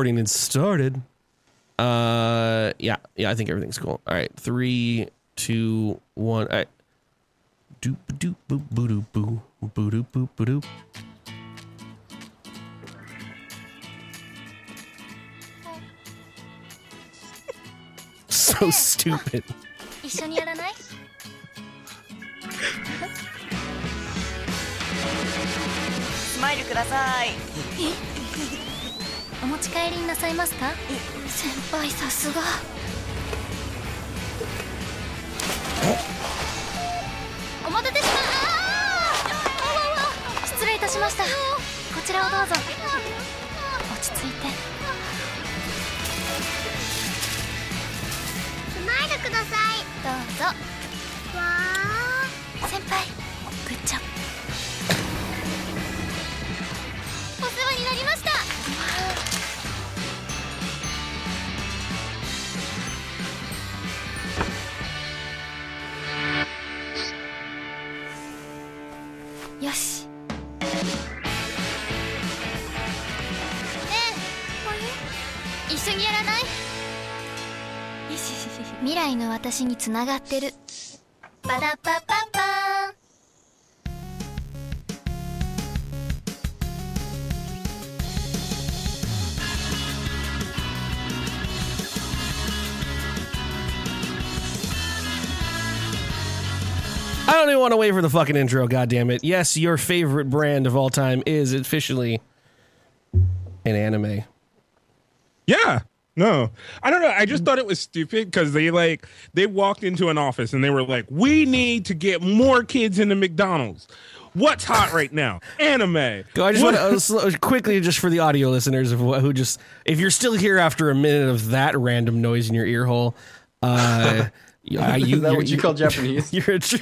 recording had started. Uh, yeah, yeah, I think everything's cool. All right, three, two, one. All right. Doop doop boop boo doop boo boo doop boop boo doop. So stupid. 一緒にやらないスマイルくださいお持ち帰りになさいますか先輩さすがお待たせしまあー失礼いたしましたこちらをどうぞ落ち着いてスマイルくださいどうぞわあ先輩グッチョブお世話になりましたよしねえ一緒にやら ない未来の私につながってるバダパパパーン I don't even want to wait for the fucking intro, goddamn it. Yes, your favorite brand of all time is officially an anime. Yeah. No. I don't know. I just thought it was stupid because they like they walked into an office and they were like, We need to get more kids into McDonald's. What's hot right now? Anime. Go. I just What- want to uh, slow, quickly, just for the audio listeners of wh- who just, if you're still here after a minute of that random noise in your ear hole, uh, you, I- you, Is that you're- what you call Japanese? You're a true,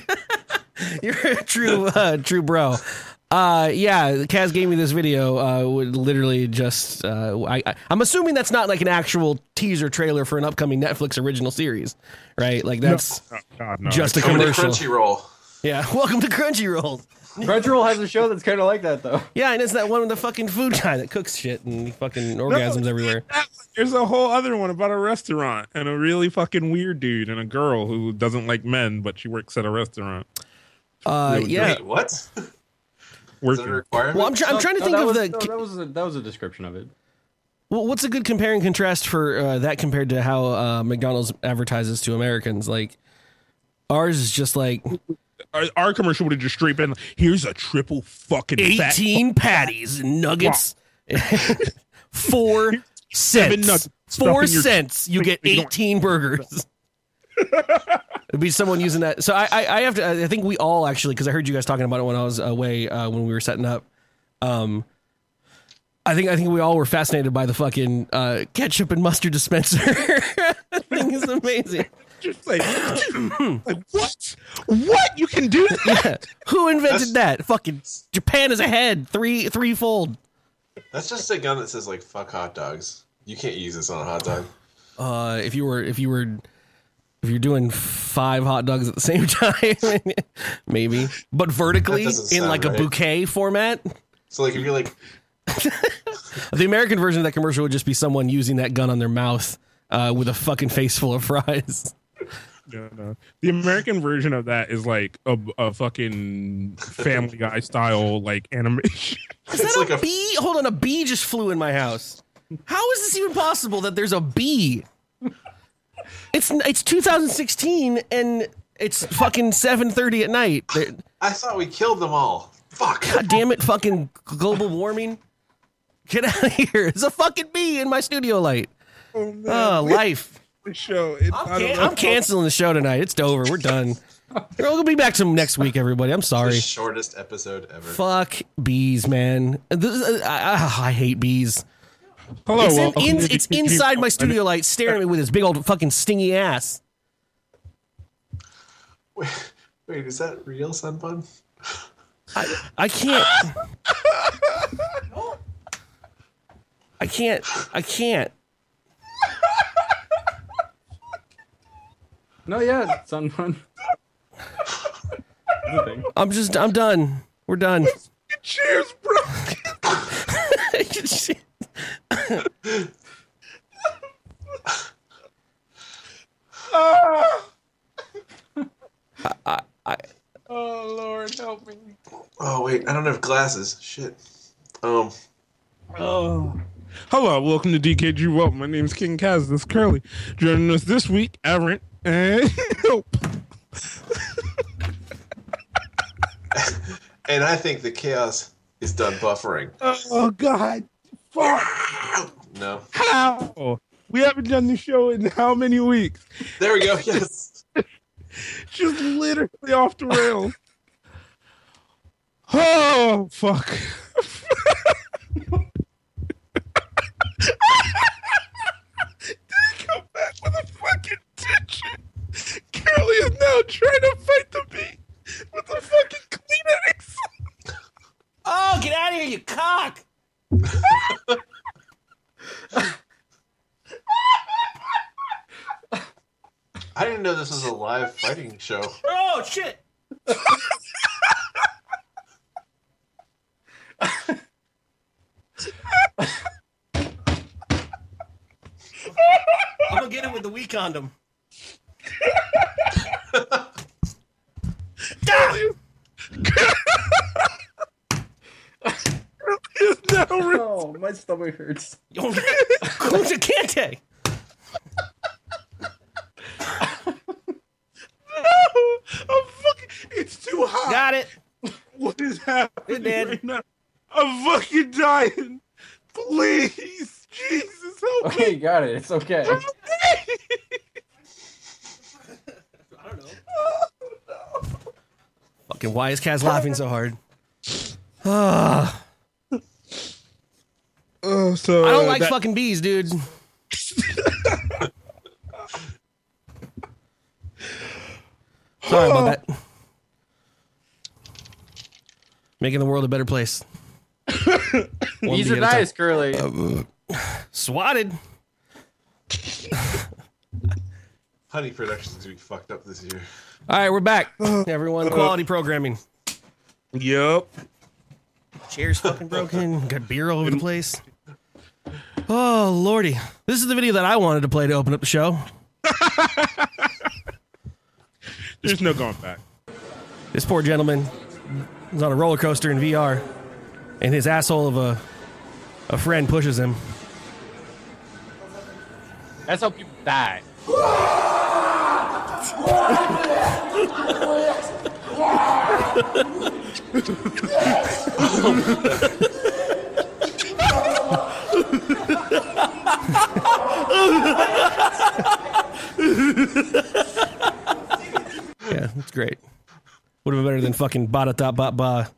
you're a true, uh, true bro. Uh, yeah, Kaz gave me this video. Uh, would literally just, uh, I, I, I'm assuming that's not like an actual teaser trailer for an upcoming Netflix original series, right? Like that's Oh, God, no. just a Coming to commercial. Crunchyroll. yeah, welcome to Crunchyroll. Crunchyroll has a show that's kind of like that though. Yeah, and it's that one with the fucking food guy that cooks shit and fucking orgasms everywhere. That one- There's a whole other one about a restaurant and a really fucking weird dude and a girl who doesn't like men, but she works at a restaurant. Uh, yeah. Wait, what? Is that a Working. requirement? Well, I'm, try- I'm No, trying to no, think that of was- the. no, that was a, that was a description of it. Well, what's a good compare and contrast for uh, that compared to how uh, McDonald's advertises to Americans? Like ours is just like Our, our commercial would have just straight been here's a triple fucking fat eighteen patties and nuggets, four cents, nuggets stuffed four in your- cents. You get you don't- eighteen burgers. It'd be someone using that. So I, I, I have to. I think we all actually, because I heard you guys talking about it when I was away uh, when we were setting up. Um, I think I think we all were fascinated by the fucking uh, ketchup and mustard dispenser. I think it's amazing. just like, like what? What you can do? That? Who invented that? Fucking Japan is ahead three threefold. That's just a gun that says like "fuck hot dogs." You can't use this on a hot dog. Uh, if you were if you were if you're doing five hot dogs at the same time, maybe, but vertically That doesn't in like sound a right. bouquet format. So like, if you're like, The American version of that commercial would just be someone using that gun on their mouth uh, with a fucking face full of fries. Yeah, no. The American version of that is like a, a fucking Family Guy style like animation. Is that It's like a a- bee? Hold on, a bee just flew in my house. How is this even possible that there's a bee? It's it's 2016 and it's fucking 7:30 at night. There- I thought we killed them all. Fuck. God damn it, fucking global warming. Get out of here. It's a fucking bee in my studio light. Oh, man. Oh, life. The show. It's, I I'm, don't can- know. I'm canceling the show tonight. It's over. We're done. We'll be back to next week, everybody. I'm The sorry. shortest episode ever. Fuck bees, man. This- I, I- I hate bees. Hello, it's, in- welcome in- to it's the- inside my studio light staring at me with his big old fucking stingy ass. Wait, wait, is that real sun bun? I, I can't. I can't. I can't. No, yeah, it's on one. That's a thing. I'm just, I'm done. We're done. Cheers, bro. Oh Lord, help me! Oh wait, I don't have glasses. Shit. Um, Hello, welcome to DKG World. My name's King Kaz. This is Curly. Joining us this week, Aaron and Help. and I think the chaos is done buffering. Oh God, fuck! No, How? We haven't done the show in how many weeks? there we go. Yes. Just literally off the rails. Oh fuck! Did it come back with a fucking tension? Curly is now trying to fight the beat with a fucking Kleenex. Oh, get out of here, you cock! I didn't know this was a live fighting show. Oh shit! I'm gonna get him with the weak condom. He is now re- Oh, my stomach hurts. Kunta Kinte. No, I'm fucking. It's too hot. Got it. what is happening It did. right now? I'm fucking dying. Please, Jesus, help Okay, me. got it. It's okay. Fucking why is Kaz laughing so hard? Ah, Uh, so I don't uh, like that- fucking bees, dude. Sorry about that. Making the world a better place. One These bee are at a time. nice, Curly. Swatted. Honey Productions we fucked up this year. All right, we're back. Uh, Everyone, quality programming. Yep. Chairs fucking broken. Got beer all over the place. Oh lordy, this is the video that I wanted to play to open up the show. There's no going back. This poor gentleman is on a roller coaster in VR, and his asshole of a a friend pushes him. That's how people die. Yeah, it's great. Would have been better than fucking ba da ba ba.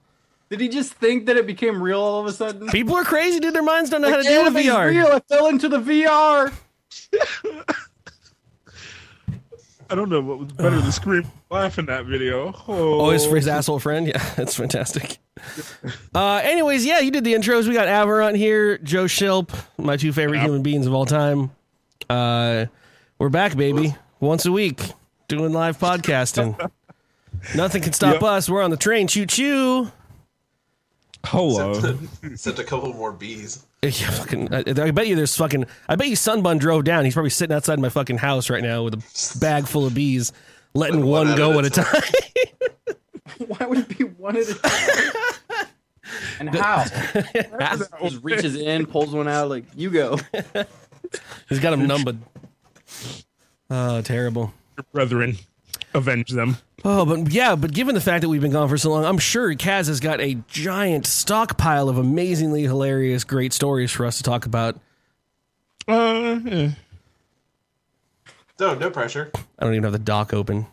Did he just think that it became real all of a sudden? People are crazy, dude. Their minds don't know how to deal with Anime's VR. real. I fell into the VR. I don't know what was better to scream laugh in that video. Oh, Always for his asshole friend. Yeah, that's fantastic. Uh, anyways, yeah, you did the intros. We got Averant here, Joe Shilp, my two favorite human beings of all time. Uh, we're back, baby. Once a week, doing live podcasting. Nothing can stop Yep. us. We're on the train. Choo choo. Hello. Sent a couple more bees. Yeah, fucking, I, I bet you there's fucking. I bet you Sunbun drove down. He's probably sitting outside my fucking house right now with a bag full of bees, letting one, One at go a at a time. Why would it be one at a time? and how? Just reaches in, pulls one out, like you go. He's got him numbered. Oh, terrible. Brethren, avenge them. Oh, but yeah, but given the fact that we've been gone for so long, I'm sure Kaz has got a giant stockpile of amazingly hilarious, great stories for us to talk about. Uh, yeah. No, no pressure. I don't even have the doc open.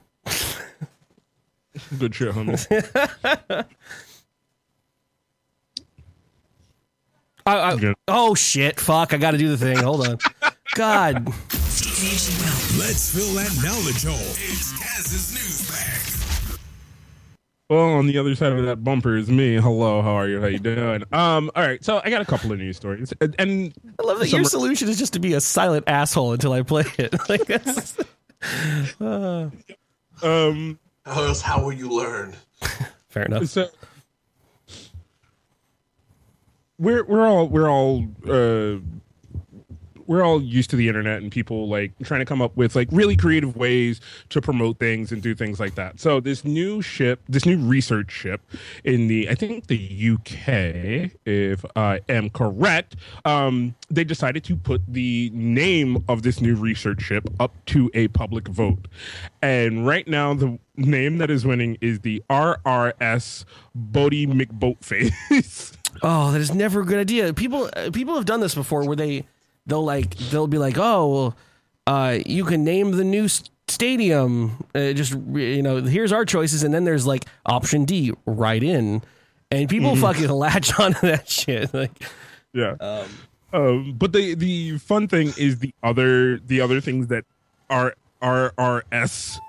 Good shit, homie. I, I- Good. oh shit! Fuck! I got to do the thing. Hold on. God, Let's fill that knowledge hole. It's Kaz's news bag. well, on the other side of that bumper is me. Hello, how are you? How you doing? Um, all right. So I got a couple of news stories, and, and I love that your solution is just to be a silent asshole until I play it. Like that's um, How else? Oh, How will you learn? fair enough. so we're we're all we're all uh we're all used to the internet and people like trying to come up with like really creative ways to promote things and do things like that. So this new ship, this new research ship in the I think the UK, if I am correct, um, they decided to put the name of this new research ship up to a public vote. And right now the name that is winning is the RRS Bodie McBoatface. Oh, that is never a good idea. People uh, people have done this before where they they'll like they'll be like, "Oh, well, uh, you can name the new s- stadium. Uh, just you know, here's our choices." And then there's like option D, right in. And people Mhm. fucking latch onto that shit. Like yeah. Um, but the the fun thing is the other the other things that R R R S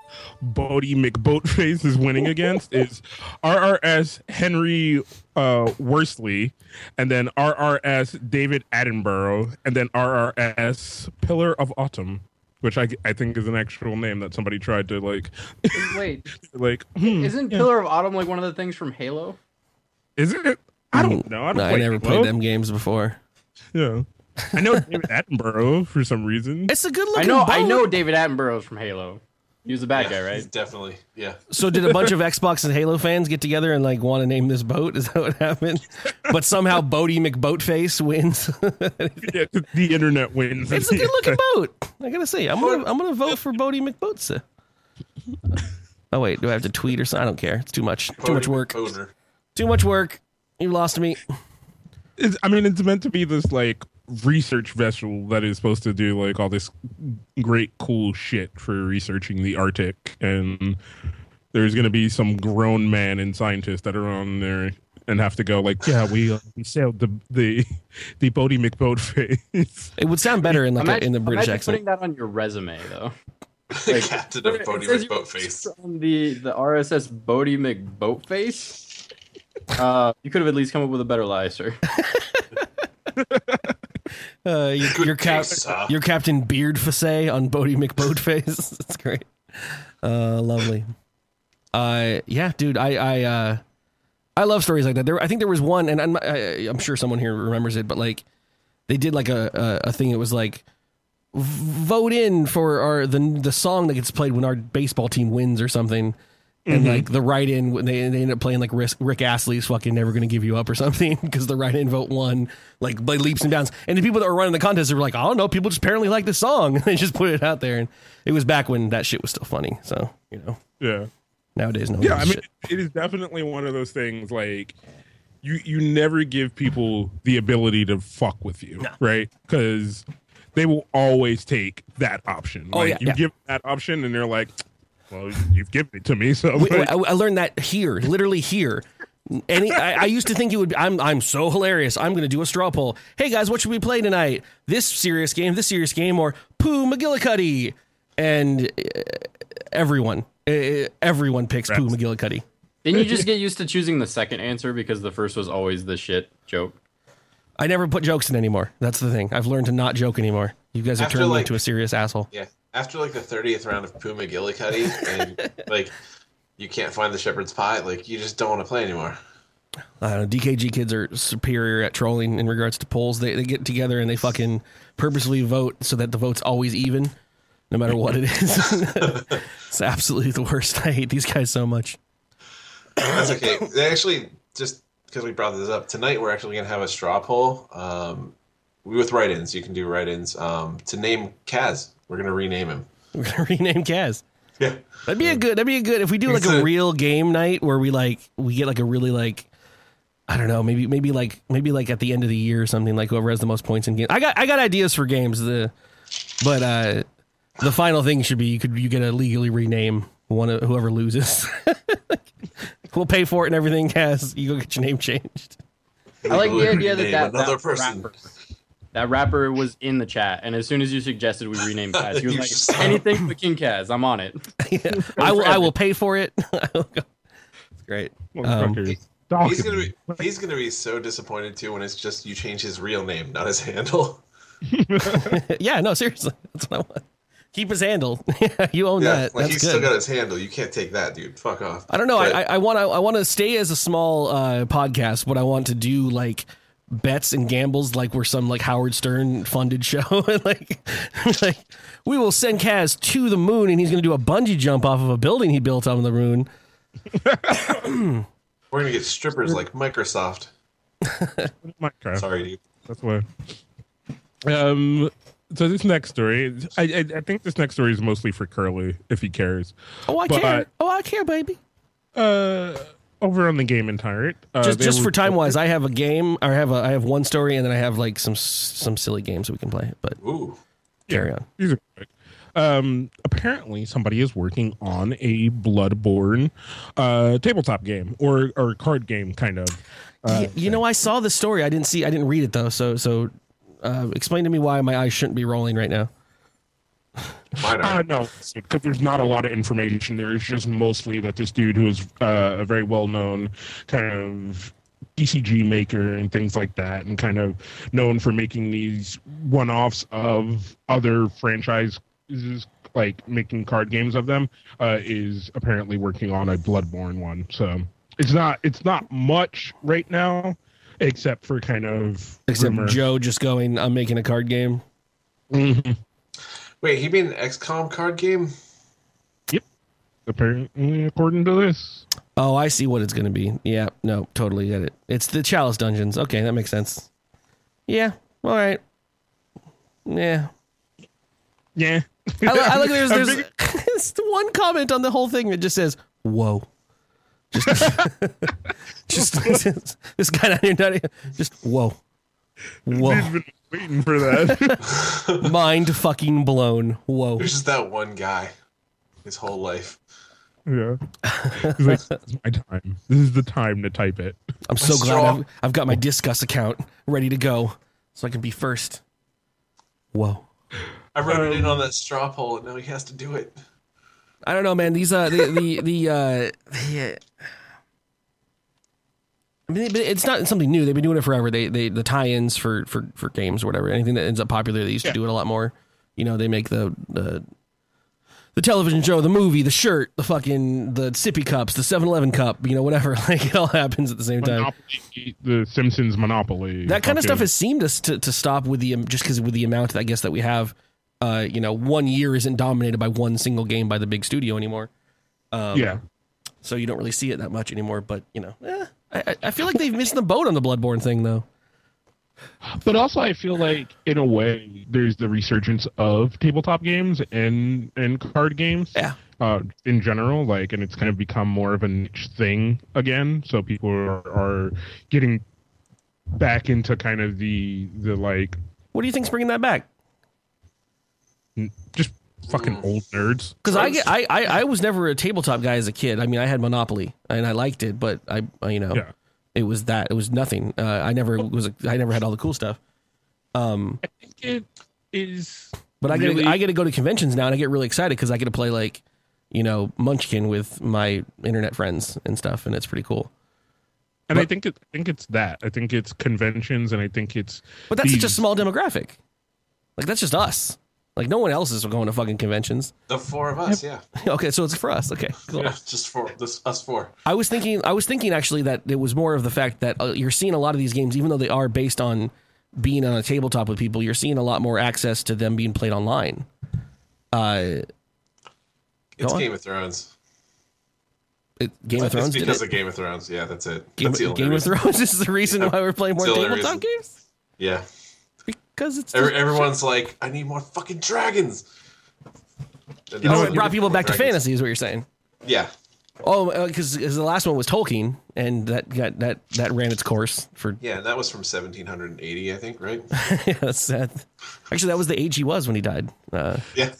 Bodie McBoatface is winning against is RRS Henry uh, Worsley, and then RRS David Attenborough, and then RRS Pillar of Autumn, which I, I think is an actual name that somebody tried to like Wait, like hmm, isn't yeah. Pillar of Autumn like one of the things from Halo? is it? I don't know. I, Hmm. don't I play never Halo. played them games before. Yeah, I know David Attenborough for some reason. It's a good I looking. know, I boat. know David Attenborough's from Halo. He was the bad guy, right? He's definitely, yeah. So did a bunch of Xbox and Halo fans get together and like want to name this boat? Is that what happened? But somehow Bodie McBoatface wins. Yeah, 'cause the internet wins. it's a good looking boat. I gotta say, I'm gonna I'm gonna vote for Bodie McBoatsa. Oh wait, do I have to tweet or something? I don't care. It's too much. Too much Bodie work. McBoner. Too much work. You lost me. It's, I mean, it's meant to be this like research vessel that is supposed to do like all this great cool shit for researching the Arctic, and there's gonna be some grown man and scientists that are on there and have to go like, yeah, we, uh, we sailed the the the Bodie McBoat face. It would sound better in like a, Imagine- in the British imagine accent. putting that on your resume though. The captain of Bodie It says you- McBoatface. From the the RSS Bodie McBoatface. Uh, you could have at least come up with a better lie, sir. Uh, your, Good your, cap, taste, sir. your captain Beard Fasay on Bodie McBoatface. That's great. Uh, lovely. Uh, yeah, dude, I I uh, I love stories like that. There, I think there was one, and I'm I, I'm sure someone here remembers it, but like they did like a a, a thing. It was like v- vote in for our the the song that gets played when our baseball team wins or something. Mm-hmm. And like the write in, when they, they end up playing like Rick, Rick Astley's fucking "Never Gonna Give You Up" or something because the write in vote won like by leaps and bounds. And the people that were running the contest were like, "I don't know, people just apparently like this song." And they just put it out there, and it was back when that shit was still funny. So you know, yeah. nowadays no. one yeah gives i a mean shit. it is definitely one of those things like you you never give people the ability to fuck with you right because they will always take that option Oh, like yeah, you yeah. give that option and they're like well you've given it to me so Wait, wait, like, I, I learned that here, literally here. Any, I, I used to think it would. Be, I'm, I'm so hilarious. I'm going to do a straw poll. Hey guys, what should we play tonight? This serious game, this serious game, or Pooh McGillicuddy? And uh, everyone, uh, everyone picks Pooh McGillicuddy. Didn't you just get used to choosing the second answer because the first was always the shit joke? I never put jokes in anymore. That's the thing. I've learned to not joke anymore. You guys have After, turned me like- into a serious asshole. Yeah. After like the thirtieth round of Puma Gillicuddy, and like you can't find the shepherd's pie, like you just don't want to play anymore. I don't know. DKG kids are superior at trolling in regards to polls. They they get together and they fucking purposely vote so that the vote's always even, no matter what it is. it's absolutely the worst. I hate these guys so much. That's okay. They actually just because we brought this up tonight, we're actually gonna have a straw poll. Um, with write-ins, you can do write-ins um, to name Kaz. We're gonna rename him. We're gonna rename Kaz. Yeah. That'd be a good. That'd be a good if we do like a It's a- real game night where we like we get like a really like I don't know maybe maybe like maybe like at the end of the year or something like whoever has the most points in game. I got I got ideas for games. The but uh the final thing should be you could you get to legally rename one of whoever loses. we'll pay for it and everything. Cass, you go get your name changed. I like the idea that Name that, another that person. Rapper, that rapper was in the chat, and as soon as you suggested we rename Kaz, he was You like, son of- "Anything but King Kaz, I'm on it." Yeah. I will I will pay for it. I will go. It's great. um, motherfuckers, He's document gonna me. be he's gonna be so disappointed too when it's just you change his real name, not his handle. Yeah, no, seriously, that's what I want. Keep his handle. you own Yeah, that. like that's he's good. still got his handle. You can't take that, dude. Fuck off. I don't know. But- I I want to I want to stay as a small uh, podcast, but I want to do like bets and gambles like we're some like Howard Stern funded show. And, like, like we will send Kaz to the moon and he's going to do a bungee jump off of a building he built on the moon. We're gonna get strippers like Microsoft. Minecraft. Sorry, dude. That's why. Um. So this next story, I, I I think this next story is mostly for Curly if he cares. Oh, I But- care. Oh, I care, baby. Uh, over on the game and tyrant. Uh, just they just for were- time wise, I have a game or I have a I have one story and then I have like some some silly games that we can play. But Ooh, carry on. These are quick. Um, apparently, somebody is working on a Bloodborne uh, tabletop game or or card game, kind of. Uh, Y- you know, I saw the story. I didn't see. I didn't read it though. So so, uh, explain to me why my eyes shouldn't be rolling right now. mine Uh, are. no, because there's not a lot of information. There's just mostly that this dude who is uh, a very well known kind of DCG maker and things like that, and kind of known for making these one offs of other franchises, like making card games of them, uh, is apparently working on a Bloodborne one. So it's not it's not much right now, except for kind of Except rumor. Joe just going. I'm making a card game. Mhm. Wait, he made an XCOM card game? apparently according to this. Oh, I see what it's going to be. Yeah, no, totally get it. It's the Chalice Dungeons. Okay, that makes sense. Yeah. All right. Yeah. Yeah. I, li- I like there's A there's big- it's the one comment on the whole thing that just says whoa. Just, just this guy down here, down here, just whoa, He's whoa, been waiting for that. mind fucking blown. Whoa, There's just that one guy, his whole life. yeah. He's like, "This is my time. This is the time to type it. I'm so Let's glad draw. I've, I've got my discuss account ready to go, so I can be first. Whoa, I wrote it in on that straw poll, and now he has to do it. I don't know, man. These uh the the the uh, the, uh I mean, but it's not something new. They've been doing it forever. They they the tie-ins for for for games or whatever. Anything that ends up popular, they used to do it a lot more. You know, they make the the the television show, the movie, the shirt, the fucking the sippy cups, the 7-Eleven cup, you know, whatever. Like it all happens at the same time. Monopoly, the Simpsons Monopoly. That kind of stuff fucking- has seemed us to, to stop with the just because with the amount I guess that we have, uh, you know, one year isn't dominated by one single game by the big studio anymore. Um, yeah. so you don't really see it that much anymore. But you know, eh, I, I- I feel like they've missed the boat on the Bloodborne thing, though. But also, I feel like in a way, there's the resurgence of tabletop games and and card games. Yeah. Uh, in general, like, and it's kind of become more of a niche thing again. So people are, are getting back into kind of the the like What do you think's bringing that back? just fucking old nerds. Because I, get- I, I, I was never a tabletop guy as a kid. I mean, I had Monopoly and I liked it, but I, I, you know, Yeah. it was that. It was nothing. Uh, I never was. A, I never had all the cool stuff. Um, It is but I get Really? I get to go to conventions now, and I get really excited because I get to play like, you know, Munchkin with my internet friends and stuff, and it's pretty cool. And I think it, I think it's that. I think it's conventions, and I think it's. But that's these- such a small demographic. Like that's just us. Like no one else is going to fucking conventions. The four of us, yeah. Okay, so it's for us. Okay, cool. Yeah, just for this, us four. I was thinking, I was thinking actually that it was more of the fact that uh, you're seeing a lot of these games, even though they are based on being on a tabletop with people, you're seeing a lot more access to them being played online. Uh, It's Go on. Game of Thrones. it, Game of It's Thrones did because it. of Game of Thrones. Yeah, that's it. Game, that's the only Game of reason. Thrones is the reason why we're playing more It's the only tabletop reason. games Yeah. because it's Every, everyone's like, I need more fucking dragons. And oh, know that's what- why it brought they people need back to more dragons. fantasy, is what you're saying. Yeah. Oh, because the last one was Tolkien, and that got that that ran its course for Yeah, and that was from 1780, I think, right? yeah, that's sad. Actually, that was the age he was when he died. Uh, Yeah.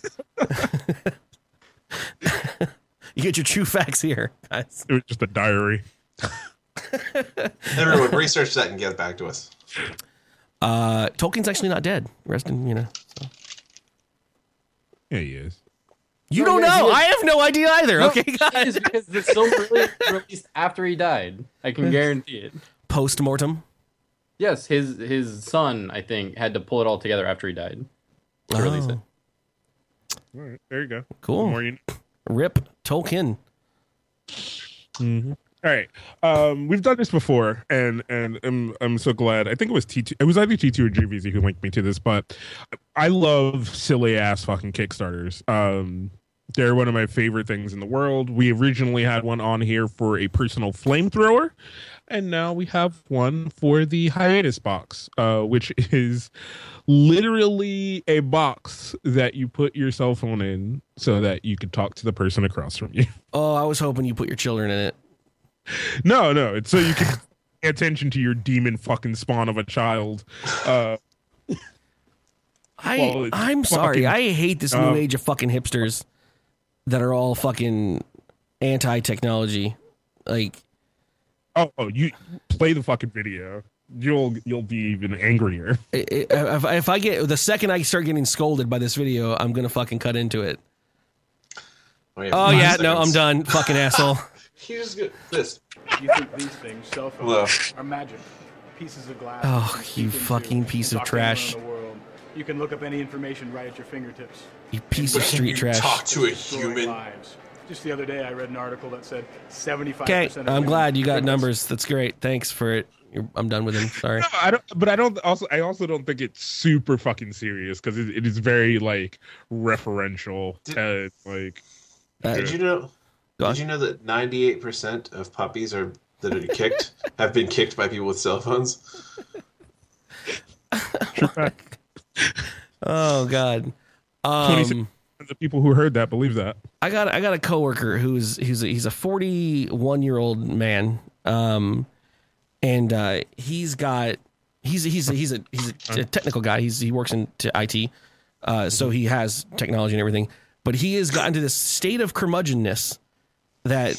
you get your true facts here, guys. It was just a diary. Everyone, research that and get back to us. Uh, Tolkien's actually not dead. Rest in, you know. Yeah, he is. You Oh, don't yeah, he know. is. I have no idea either. okay, It guys. is because the film really released after he died. I can guarantee it. Post mortem. Yes, his his son, I think, had to pull it all together after he died to release Oh. All it. Oh, right, there you go. Cool. The more you- Rip Tolkien. All right. Um, we've done this before, and and I'm I'm so glad. I think it was T2. It was either T2 or GVZ who linked me to this, but I love silly ass fucking Kickstarters. Um, they're one of my favorite things in the world. We originally had one on here for a personal flamethrower, and now we have one for the hiatus box, uh, which is literally a box that you put your cell phone in so that you could talk to the person across from you. Oh, I was hoping you put your children in it. No, no. It's so you can pay attention to your demon fucking spawn of a child. Uh, I Well, it's I'm sorry. fucking- I hate this new Um, age of fucking hipsters that are all fucking anti technology. Like oh, oh, you play the fucking video. You'll you'll be even angrier. i- i- if, if I get the second I start getting scolded by this video, I'm gonna fucking cut into it. yeah, Oh five yeah, no, I'm seconds. done. Fucking asshole. You just get this. You think these things, cell phones, are magic, pieces of glass. Oh, can peek you into fucking piece and of talk to anyone trash. in the world. You can look up any information right at your fingertips. You piece of street trash. Talk to a Destroying human. Lives. Just the other day, I read an article that said 75. Okay, I'm glad you got numbers. That's great. Thanks for it. You're, I'm done with him. Sorry. No, I don't. But I don't. Also, I also don't think it's super fucking serious because it, it is very like referential. Uh, like Uh, Did you know? Go on. Did you know that 98% of puppies are that are kicked have been kicked by people with cell phones? Oh god. 26 Um, the people who heard that believe that. I got I got a coworker who's who's a, he's a 41 year old man, um, and uh, he's got he's he's a, he's a he's a, a technical guy. He's he works into IT, uh, so he has technology and everything. But he has gotten to this state of curmudgeonness that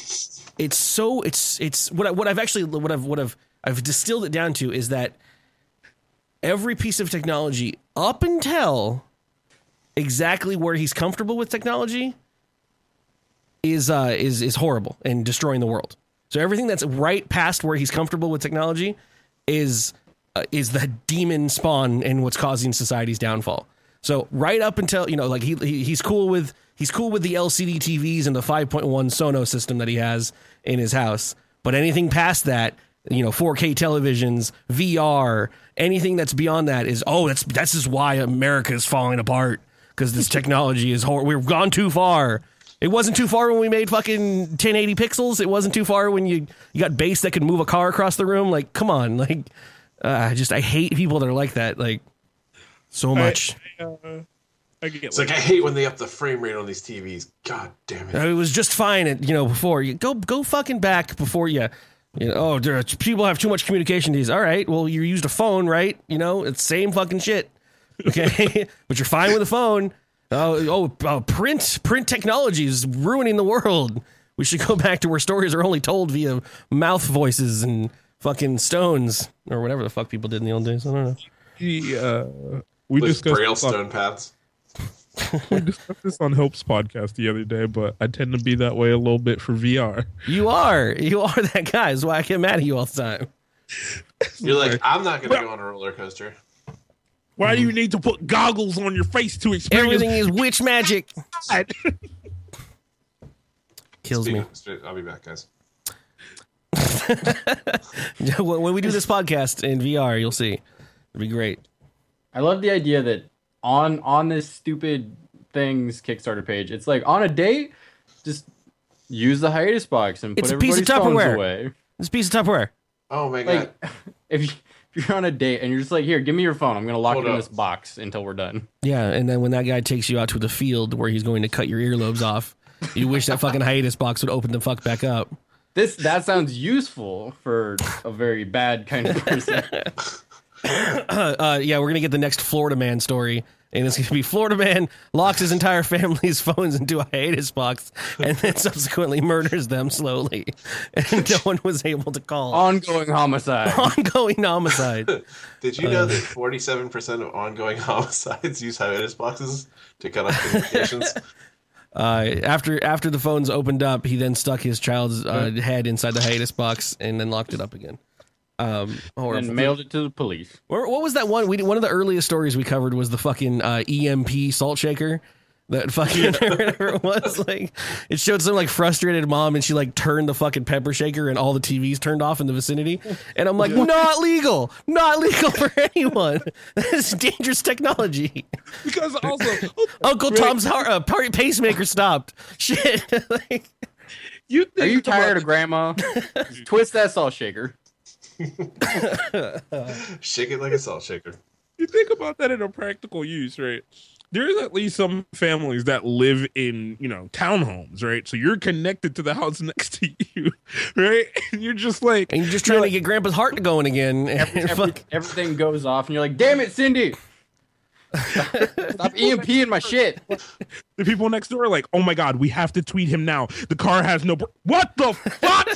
it's so it's it's what I, what I've actually what I've what I've I've distilled it down to is that every piece of technology up until exactly where he's comfortable with technology is uh is is horrible and destroying the world. So everything that's right past where he's comfortable with technology is uh, is the demon spawn and what's causing society's downfall. So right up until you know like he, he he's cool with he's cool with the LCD TVs and the 5.1 Sonos system that he has in his house, but anything past that, you know, 4K televisions, VR, anything that's beyond that is oh that's that's is why America is falling apart because this technology is hor- we've gone too far. It wasn't too far when we made fucking 1080 pixels. It wasn't too far when you you got bass that could move a car across the room. Like, come on, like, uh, I just I hate people that are like that. Like, so much. uh, I get It's like I hate when they up the frame rate on these TVs. God damn it. Uh, it was just fine, at, you know, before you go go fucking back before you. You know, oh, there are, people have too much communication these. All right, well, you used a phone, right? You know, it's same fucking shit. Okay, but you're fine with a phone. Oh, oh, uh, print print technology is ruining the world. We should go back to where stories are only told via mouth voices and fucking stones or whatever the fuck people did in the old days. I don't know. the, uh, we Those discussed braille this on- stone paths. we discussed this on Help's podcast the other day, but I tend to be that way a little bit for VR. You are you are that guy. Is why I get mad at you all the time. You're like, I'm not gonna Well- go on a roller coaster. Why do you need to put goggles on your face to Mm-hmm. experience Everything is witch magic. that? Kills me. Speak- I'll be back, guys. Yeah, when when we do this podcast in VR, you'll see. It'll be great. I love the idea that on on this stupid things Kickstarter page, it's like on a date, just use the hiatus box and put It's a piece everybody's of Tupperware. phones away. This piece of Tupperware. Oh my god. Like if, you, if you're on a date and you're just like, here, give me your phone. I'm gonna lock Hold it in up. this box until we're done. Yeah, and then when that guy takes you out to the field where he's going to cut your earlobes off, you wish that fucking hiatus box would open the fuck back up. This that sounds useful for a very bad kind of person. Uh, yeah, we're gonna get the next Florida man story, and it's gonna be Florida man locks his entire family's phones into a hiatus box, and then subsequently murders them slowly, and no one was able to call. Ongoing homicide. Ongoing homicide. Did you uh, know that 47% of ongoing homicides use hiatus boxes to cut off communications? Uh, after after the phones opened up, he then stuck his child's uh, head inside the hiatus box and then locked it up again. Um, horrible. And mailed it to the police. Where- what was that one? We did- one of the earliest stories we covered was the fucking uh, EMP E salt shaker that fucking whatever it was. Like it showed some like frustrated mom and she like turned the fucking pepper shaker and all the TVs turned off in the vicinity. And I'm like, not legal, not legal for anyone. That's dangerous technology. Because also oh, Uncle Tom's heart, uh, party pacemaker stopped. Shit. like, you Are you tired of grandma? Twist that salt shaker. Shake it like a salt shaker. you think about that in a practical use, right? There's at least some families that live in, you know, townhomes, right? So you're connected to the house next to you, right? And you're just like, and you're just trying to get grandpa's heart going again. Every- every- everything goes off, and you're like, "Damn it, Cindy! Stop E EMPing my shit." the people next door are like, oh my God, we have to tweet him now. The car has no. Br- what the fuck?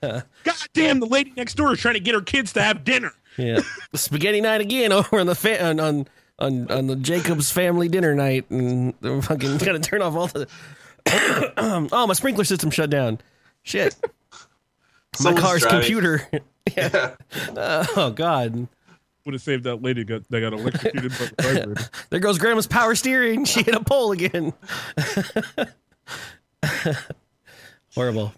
God damn, the lady next door is trying to get her kids to have dinner. yeah, spaghetti night again over on the fa- on, on on on the Jacob's family dinner night, and they're fucking gotta turn off all the. oh, my sprinkler system shut down. Shit, my Someone's car's driving. computer. yeah. Uh, oh God, Would have saved that lady got, that got electrocuted by the vibrator. there goes Grandma's power steering. She hit a pole again. Horrible.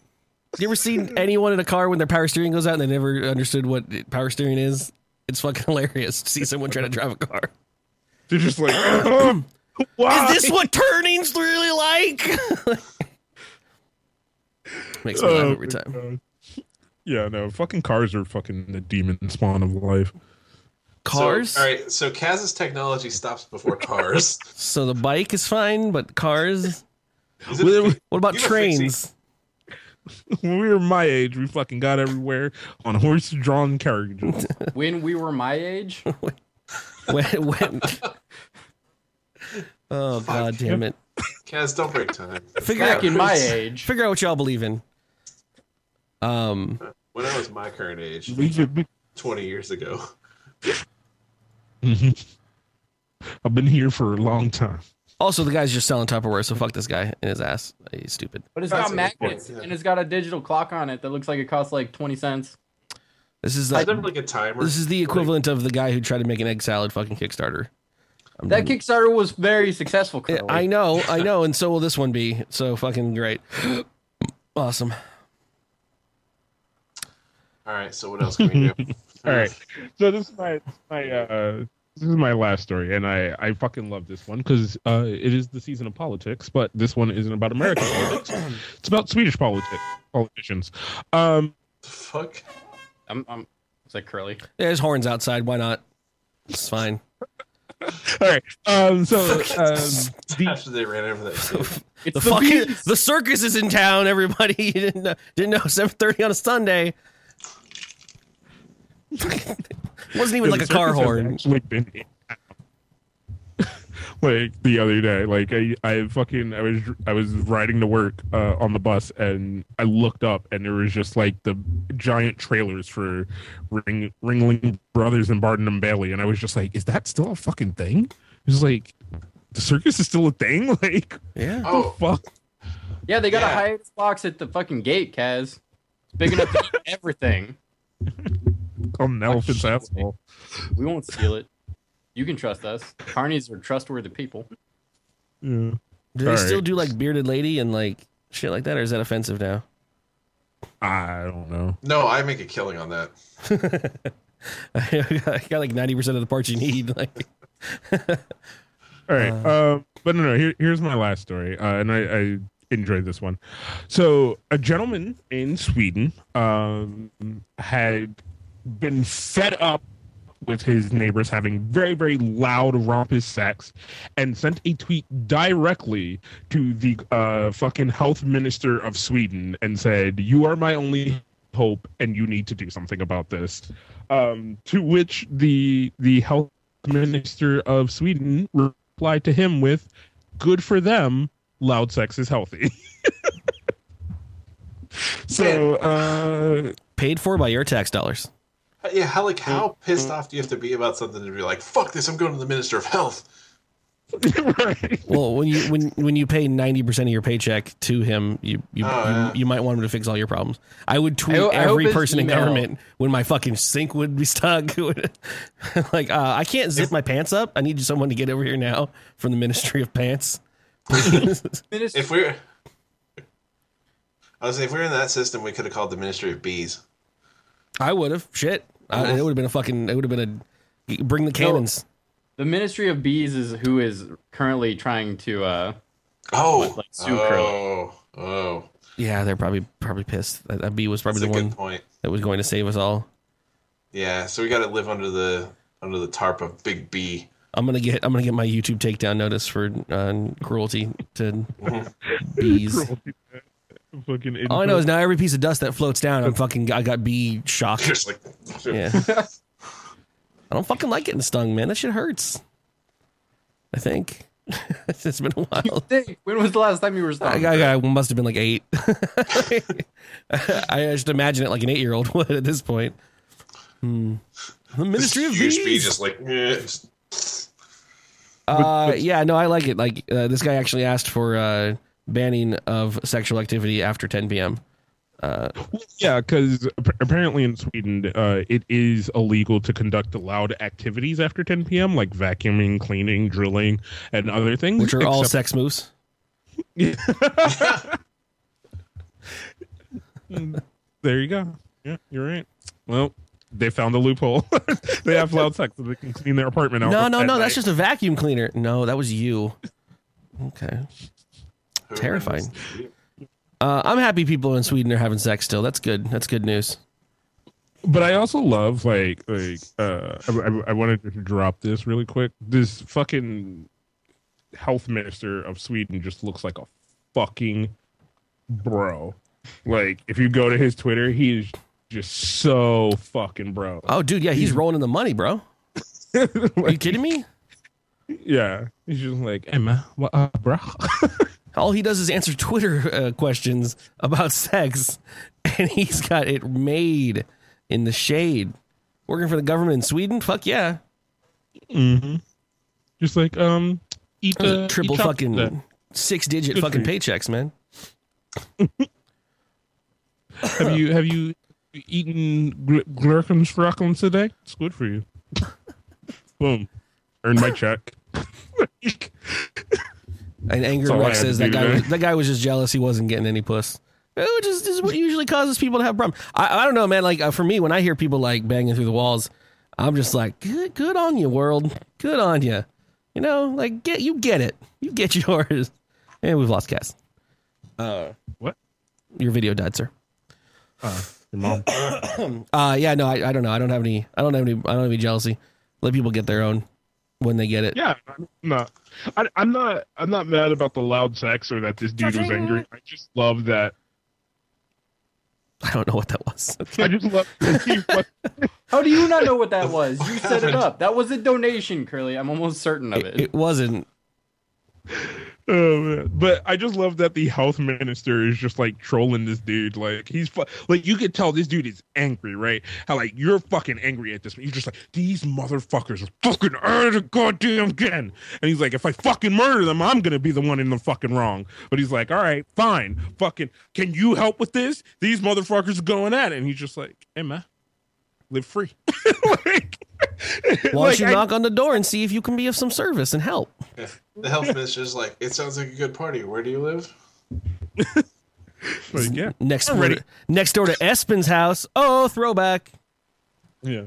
You ever seen anyone in a car when their power steering goes out and they never understood what power steering is? It's fucking hilarious to see someone trying to drive a car. They're just like, um, why? Is this what turning's really like? Makes me laugh Oh, every time. God. Yeah, no, fucking cars are fucking the demon spawn of life. Cars. So, all right, so Kaz's technology stops before cars. So the bike is fine, but cars. Is it- When What about You have a fixie. trains? when we were my age, we fucking got everywhere on horse-drawn carriages. When we were my age, When, when... Oh god damn it! Kaz, don't break time. Figure back out, in my age, figure out what y'all believe in. Um, When I was my current age, I've 20 years ago, been here for a long time. also, the guy's just selling Tupperware, so fuck this guy and his ass. He's stupid. but it's That's got a good magnets point, yeah. and it's got a digital clock on it that looks like it costs like twenty cents. This is I like definitely get timer. this is the equivalent of the guy who tried to make an egg salad fucking Kickstarter. I'm That Kickstarter was very successful. Yeah, Crowley. I know, I know, and so will this one be. So fucking great. Awesome. All right, so what else can we do? All right. So this is my my uh this is my last story, and I I fucking love this one because uh it is the season of politics, but this one isn't about American politics. It's about Swedish politics politicians. Um, The fuck? I'm, I'm it's like curly. There's horns outside. Why not? It's fine. all right. Um, so um, the, After they ran over that kid. It's The, the, fucking bees. the circus is in town. Everybody you didn't know, didn't know seven thirty on a Sunday. Wasn't even like a the car circus has horn. actually been in town. like the other day, like I I fucking I was I was riding to work uh, on the bus, and I looked up, and there was just like the giant trailers for Ring Ringling Brothers and Barton and Bailey, and I was just like, is that still a fucking thing? It was like. The circus is still a thing, like Yeah. Oh, fuck. yeah, they got Yeah. a hiatus box at the fucking gate, Kaz. It's big enough to eat everything. On an elephant's asshole. We won't steal it. You can trust us. Carnies are trustworthy people. Mm. Yeah. Do they still Alright. do like bearded lady and like shit like that, or is that offensive now? I don't know. no, I make a killing on that. I got like ninety percent of the parts you need. Like All right. um, but no, no. Here, here's my last story, uh, and I, I enjoyed this one. So, a gentleman in Sweden um, had been fed up with his neighbors having very, very loud, rompous sex, and sent a tweet directly to the uh, fucking health minister of Sweden and said, "You are my only hope, and you need to do something about this." Um, to which the the health minister of Sweden replied to him with, "Good for them. Loud sex is healthy." so, uh, paid for by your tax dollars. Uh, Hmm. Yeah, how like how pissed off do you have to be about something to be like, fuck this, I'm going to the Minister of Health. Well, when you when when you pay ninety percent of your paycheck to him, you you, Oh, yeah. you you might want him to fix all your problems. I would tweet I ho- I hope every his person in email- government when my fucking sink would be stuck. like uh, I can't zip my pants up. I need someone to get over here now from the Ministry of Pants. If we're, I was saying, if we were in that system, we could have called the Ministry of Bees. I would have shit. I, it would have been a fucking. It would have been a bring the cannons. The Ministry of Bees is who is currently trying to. uh Oh, like Sue Curly. oh, oh. Yeah, they're probably probably pissed. That, that bee was probably That's a the good one point. that was going to save us all. Yeah, so we got to live under the under the tarp of Big B. I'm gonna get I'm gonna get my YouTube takedown notice for uh, cruelty to bees. Fucking All I know is now every piece of dust that floats down, I'm fucking I got bee shock. Just like, Yeah. I don't fucking like getting stung, man. That shit hurts. I think it's been a while. Dang, when was the last time you were I, stung? I, I must have been like eight. I just imagine it like an eight year old would at this point. Hmm. The Ministry of huge bee Bees. just like eh, just- Uh, yeah, no, I like it. Like uh, this guy actually asked for uh, banning of sexual activity after 10 p.m. Uh, Yeah, because apparently in Sweden, uh, it is illegal to conduct allowed activities after 10 p.m., like vacuuming, cleaning, drilling, and other things. which are all except- sex moves. There you go. Yeah, you're right. Well, they found a loophole. they have loud sex so they can clean their apartment out. No, no, at no. night. That's just a vacuum cleaner. No, that was you. Okay. who Terrifying. knows? Uh, I'm happy people in Sweden are having sex still. That's good. That's good news. But I also love like like uh, I, I- I wanted to drop this really quick. This fucking health minister of Sweden just looks like a fucking bro. Like if you go to his Twitter, he is just so fucking bro. Oh, dude. Yeah, he's rolling in the money, bro. Are you kidding me? Yeah, he's just like Emma, what up, bro? All he does is answer Twitter uh, questions about sex, and he's got it made in the shade. Working for the government in Sweden? Fuck yeah. hmm Just like um, eat uh, Triple eat chocolate. fucking six digit Good fucking for you. paychecks, man. Have you have you eaten gl- Glurkenstracheln today? It's good for you. Boom. Earned my check. And Angry That's all I Rex had to says do that guy, was, today. that guy was just jealous he wasn't getting any puss. Eh, Which is, is what usually causes people to have problems. I, I don't know, man. Like uh, for me, when I hear people like banging through the walls, I'm just like, good, good on you, world. Good on you. You know, like get you get it. You get yours. And we've lost Cass. Uh, What? Your video died, sir. Your mom. Uh, yeah, no, I, I don't know. I don't have any. I don't have any. I don't have any jealousy. Let people get their own when they get it. Yeah, I'm not. I, I'm not. I'm not mad about the loud sex or that this dude was angry. I just love that. I don't know what that was. I just love. That he was- How do you not know what that was? You set it up. That was a donation, Curly. I'm almost certain of It, it. it wasn't. oh, man. But I just love that the health minister is just like trolling this dude. Like he's fu- like you could tell this dude is angry, right? How like you're fucking angry at this. You're just like these motherfuckers are fucking out of the goddamn again. And he's like, if I fucking murder them, I'm gonna be the one in the fucking wrong. But he's like, all right, fine, fucking. Can you help with this? These motherfuckers are going at it. And he's just like, hey man, live free. like, Why don't you I- knock on the door and see if you can be of some service and help? The health minister's like, it sounds like a good party. Where do you live? like, yeah, Next I'm door, ready. to, next door to Espen's house. Oh, throwback. yeah.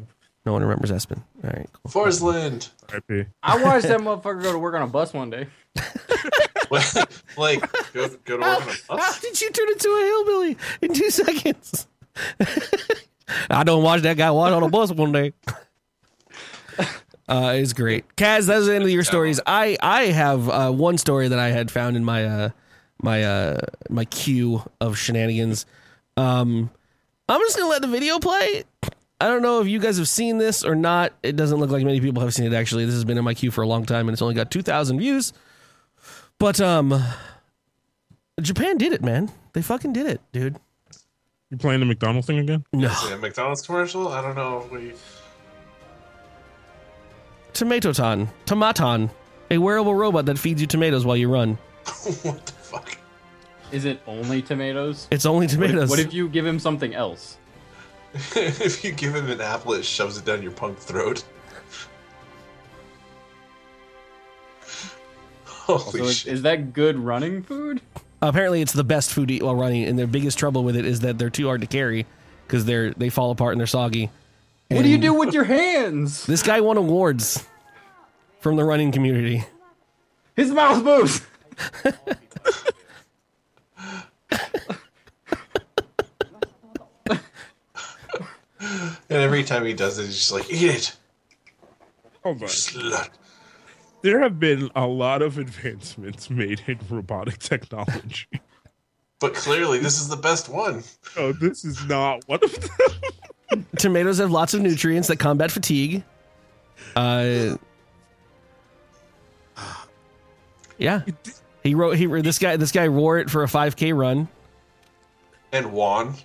No one remembers Espen. All right, cool. Forsland. RIP. I watched that motherfucker go to work on a bus one day. like, go, go to work on a How bus? did you turn into a hillbilly in two seconds? I don't watch that guy walk on a bus one day. Uh, it's great, Kaz. That's the end of your stories. I I have uh, one story that I had found in my uh, my uh, my queue of shenanigans. Um, I'm just gonna let the video play. I don't know if you guys have seen this or not. It doesn't look like many people have seen it. Actually, this has been in my queue for a long time, and it's only got two thousand views. But um, Japan did it, man. They fucking did it, dude. You playing the McDonald's thing again? No. Is it a McDonald's commercial? I don't know. If we... Tomatoton. Tomaton. A wearable robot that feeds you tomatoes while you run. what the fuck? Is it only tomatoes? It's only tomatoes. What if, what if you give him something else? if you give him an apple, it shoves it down your punk throat. Holy So is, shit. is that good running food? Apparently, it's the best food to eat while running, and their biggest trouble with it is that they're too hard to carry because they're they fall apart and they're soggy. What do you do with your hands? This guy won awards from the running community. His mouth moves. And every time he does it, he's just like, eat it. Hold on. Slut. There have been a lot of advancements made in robotic technology. But clearly, this is the best one. So Oh, this is not one of them. Tomatoes have lots of nutrients that combat fatigue. Uh, yeah, he wrote he this guy this guy wore it for a 5K run And Juan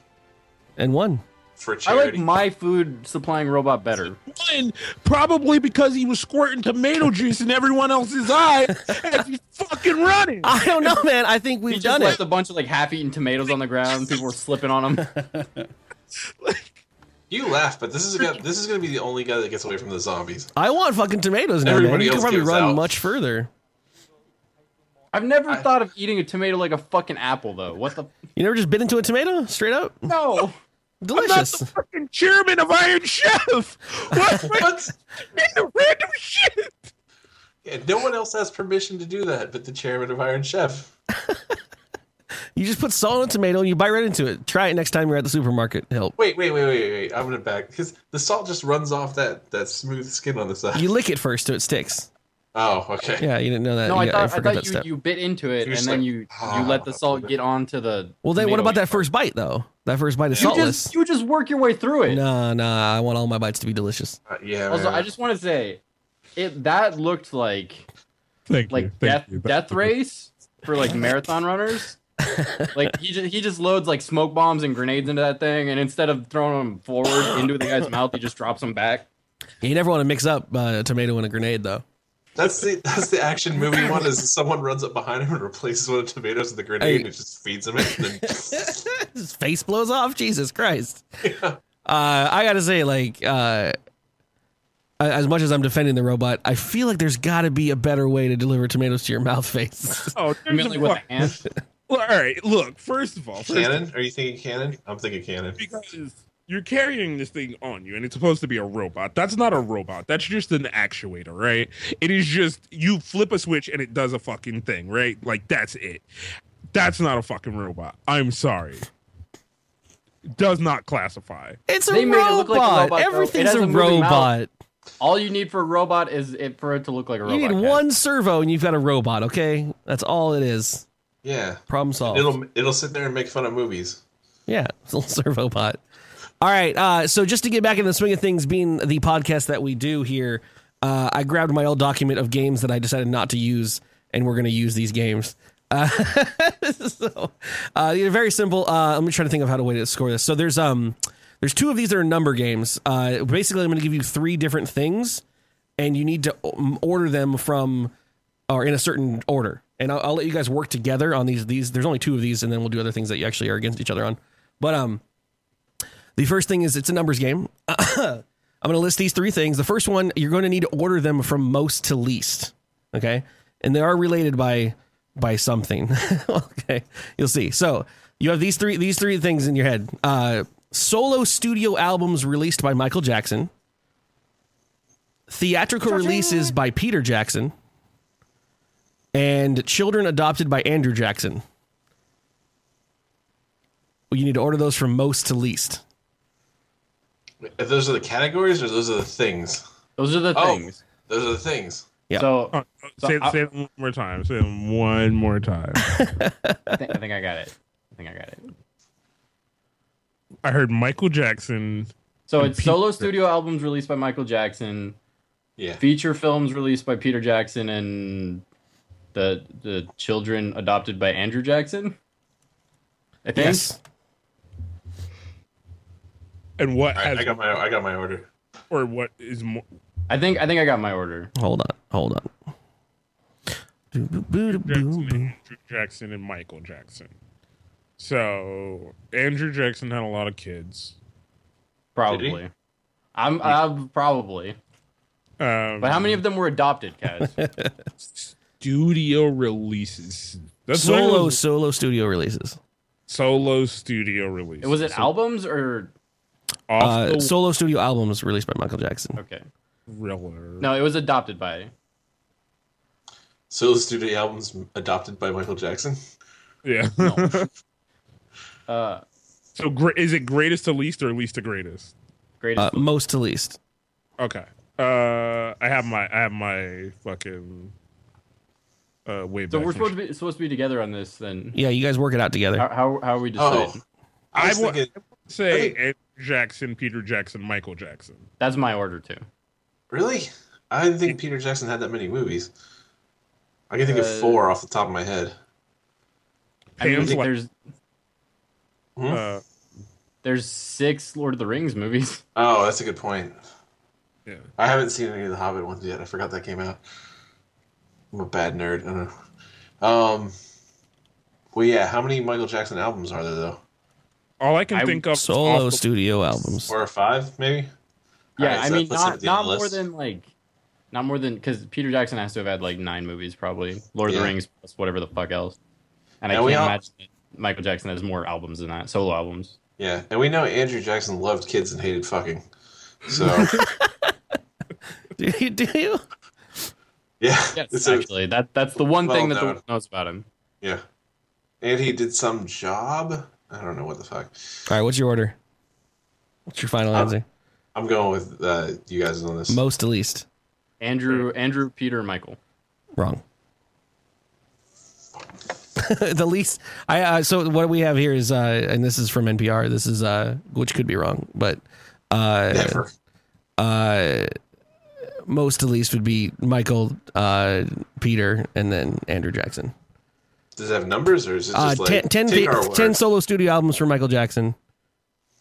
and won. for I like charity. my food supplying robot better. One, probably because he was squirting tomato juice in everyone else's eye as he's fucking running. I don't know, man. I think He we've just done it. left a bunch of like half-eaten tomatoes on the ground. People were slipping on them. you laugh, but this is a guy, this is going to be the only guy that gets away from the zombies. I want fucking tomatoes now, man. Everybody You can else probably gives run out. much further. I've never I- thought of eating a tomato like a fucking apple though. What the? You never just bit into a tomato straight up? No. I'm not Delicious. the fucking chairman of Iron Chef. What? What? random shit. Yeah, no one else has permission to do that but the chairman of Iron Chef. You just put salt on a tomato and you bite right into it. Try it next time you're at the supermarket. Help. Wait, wait, wait, wait, wait. I'm going to back because the salt just runs off that, that smooth skin on the side. You lick it first so it sticks. Oh, okay. Yeah, you didn't know that. No, I Yeah, thought I, forgot that thought you, step. you bit into it You're and just then like, you "Ah, you let the salt get onto the. well, then what tomato about you that first bite though? That first bite is You saltless. just you just work your way through it. Nah, nah. I want all my bites to be delicious. Uh, yeah. Also, man. I just want to say, it that looked like Thank like death death race for like marathon runners. like he just he just loads like smoke bombs and grenades into that thing, and instead of throwing them forward into the guy's mouth, he just drops them back. You never want to mix up uh, a tomato and a grenade though. That's the that's the action movie one is someone runs up behind him and replaces one of the tomatoes with a grenade Hey. and just feeds him it. And then, His face blows off. Jesus Christ. Uh, I gotta say, like, uh, a- as much as I'm defending the robot, I feel like there's got to be a better way to deliver tomatoes to your mouth face. Oh, You mean there's a like with fuck. a hand? Well, all right. Look, first of all, first of all, cannon? Are you thinking cannon? I'm thinking cannon. because you're carrying this thing on you, and it's supposed to be a robot. That's not a robot. That's just an actuator, right? It is just you flip a switch and it does a fucking thing, right? Like that's it. That's not a fucking robot. I'm sorry. Does not classify. It's a They made robot. it look like a robot, though. It Everything's has a a moving mouth. robot. All you need for a robot is it for it to look like a You robot. need Ken. one servo and you've got a robot. Okay, that's all it is. Yeah. Problem solved. It'll it'll sit there and make fun of movies. Yeah, it's a little servo bot. All right. Uh, so just to get back in the swing of things, being the podcast that we do here, uh, I grabbed my old document of games that I decided not to use, and we're going to use these games. Uh, so uh, they're very simple. Uh, I'm trying to think of how to way to score this. So there's um there's two of these that are number games. Uh, basically, I'm going to give you three different things, and you need to um, order them from or in a certain order. And I'll, I'll let you guys work together on these. These there's only two of these, and then we'll do other things that you actually are against each other on. But um, the first thing is it's a numbers game. I'm going to list these three things. The first one you're going to need to order them from most to least. Okay, and they are related by by something. okay, you'll see. So you have these three these three things in your head. Uh, solo studio albums released by Michael Jackson. Theatrical releases by Peter Jackson and children adopted by Andrew Jackson. Well, You need to order those from most to least. If those are the categories or those are the things. Those are the Oh. things. Those are the things. Yeah. So Oh, oh, So say, I- say it one more time. Say it one more time. I think, I think I got it. I think I got it. I heard Michael Jackson. So And it's Pete- solo studio albums released by Michael Jackson, Yeah. feature films released by Peter Jackson, and the the children adopted by Andrew Jackson. I think. And what All right, has I got my I got my order. or what is more? I think I think I got my order. Hold on. Hold on. Jackson, Andrew Jackson and Michael Jackson. So Andrew Jackson had a lot of kids. Probably. I'm, I'm probably. Um, But how many of them were adopted, Kaz? studio releases? That's what it solo was. solo studio releases. solo studio releases. was it So albums or off Uh, the solo studio albums released by Michael Jackson. okay? thriller. No, it was adopted by. Solo studio albums adopted by Michael Jackson. Yeah. Uh, so gre- is it greatest to least or least to greatest? greatest. Uh, most to least. Okay. Uh, I have my I have my fucking uh way so back machine. we're supposed to be supposed to be together on this. Then Yeah, you guys work it out together. how how, how are we Oh, deciding? I I was wa- thinking, say Andrew Jackson, Peter Jackson, Michael Jackson. That's my order too. really? I didn't think Peter Jackson had that many movies. I can think of Uh, four off the top of my head. I mean, Pam's like- there's Hmm? Uh, there's six Lord of the Rings movies. Oh, that's a good point. Yeah. I haven't seen any of the Hobbit ones yet. I forgot that came out. I'm a bad nerd. I don't know. Um, well, yeah. How many Michael Jackson albums are there though? all I can I- think of is Solo off the- studio albums. Four or five, maybe. Yeah, Alright, I so that mean puts it not at the end not of the more list. than like not more than because Peter Jackson has to have had like nine movies probably. Lord of Yeah. the Rings plus whatever the fuck else. And I And can't we all- imagine that Michael Jackson has more albums than that, solo albums. Yeah, and we know Andrew Jackson loved kids and hated fucking. So Do you do you? yeah, Yes, so- actually, that that's the one thing Well that the known. world knows about him. yeah. And he did some job. I don't know what the fuck. All right, what's your order? What's your final Uh, Um, answer? I'm going with uh, you guys on this. Most to least. Andrew, Andrew, Peter, Michael. Wrong. the least I uh, so what we have here is uh and this is from NPR. This is uh which could be wrong, but uh Never. uh most to least would be Michael uh Peter and then Andrew Jackson. Does it have numbers or is it Uh just like ten, ten, take thi- our word? 10 solo studio albums for Michael Jackson.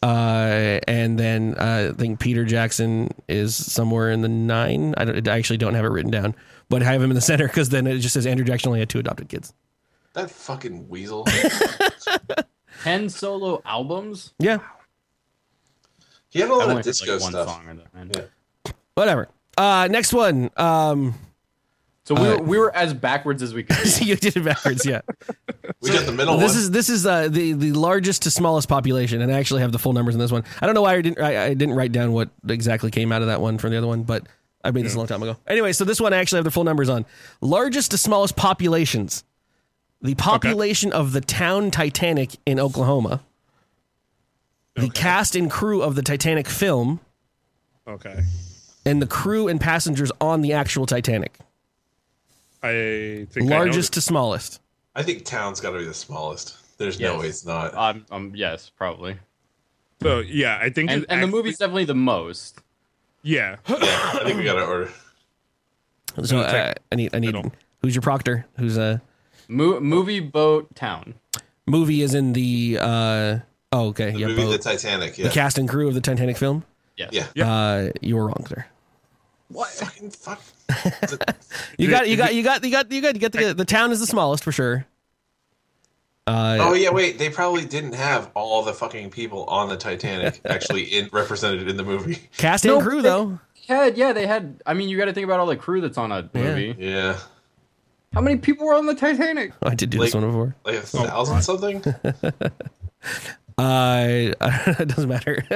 Uh and then uh, I think Peter Jackson is somewhere in the 9. I don't I actually don't have it written down, but I have him in the center cuz then it just says Andrew Jackson only had two adopted kids. That fucking weasel. Ten solo albums. Yeah. He had I've all only that heard, disco like, one stuff. song or that, man. Yeah. whatever. Uh, next one. Um, So we Uh, were, we were as backwards as we could. be. you did it backwards. Yeah. We got the middle this one. is this is uh, the the largest to smallest population, and I actually have the full numbers in this one. I don't know why I didn't I, I didn't write down what exactly came out of that one from the other one, but I made this a long time ago. Anyway, so this one I actually have the full numbers on. Largest to smallest populations. The population of the town Titanic in Oklahoma. The cast and crew of the Titanic film, Okay. and the crew and passengers on the actual Titanic. I think Largest to smallest. I think town's got to be the smallest. There's no Yes. way it's not. um, um, yes, probably. I know. So yeah, I think And, it and the actually- movie's definitely the most. Yeah. I think we got to order. So Uh, uh, I need I need middle. who's your proctor? Who's uh, a Mo- movie boat town. movie is in the uh oh okay The yeah movie The both. Titanic. the Yeah. cast and crew of the Titanic film. Yes. yeah. Yeah. Uh, you were wrong there. What? Fucking fuck. You it- got you is got you got you got you got you got the the town is the smallest for sure. Oh yeah, wait. They probably didn't have all the fucking people on the Titanic actually in, represented in the movie. Cast and crew though. Had yeah, they had. I mean, you got to think about all the crew that's on a movie. Yeah, How many people were on the Titanic? Oh, I did do this Like- one before. like a Oh, thousand something. Uh, it doesn't matter.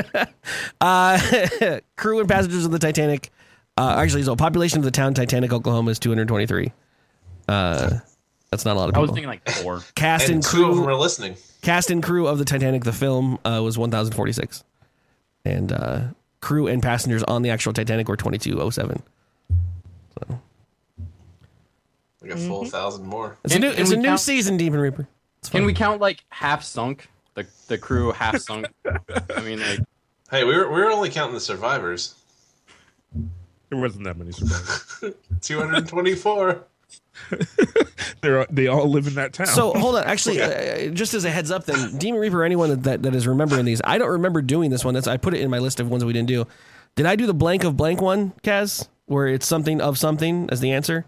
uh, crew and passengers of the Titanic. Uh, actually, so population of the town Titanic, Oklahoma, is 223. Uh, that's not a lot of I people. was thinking like four. cast And and two of crew them are listening. cast and crew of the Titanic, the film, uh, was 1,046. And uh, crew and passengers on the actual Titanic were 2207. Like a full thousand more. It's And- a new, and it's a we new count- season, Demon Reaper. It's fun. Can we count like half sunk? The the crew half sunk. I mean, like Hey, we were we were only counting the survivors. There wasn't that many survivors. Two hundred twenty-four. They're they all live in that town. so Oh. hold on. Actually, uh, just as a heads up, then Demon Reaper, or anyone that, that is remembering these, I don't remember doing this one. That's I put it in my list of ones that we didn't do. Did I do the blank of blank one, Kaz, where it's something of something as the answer?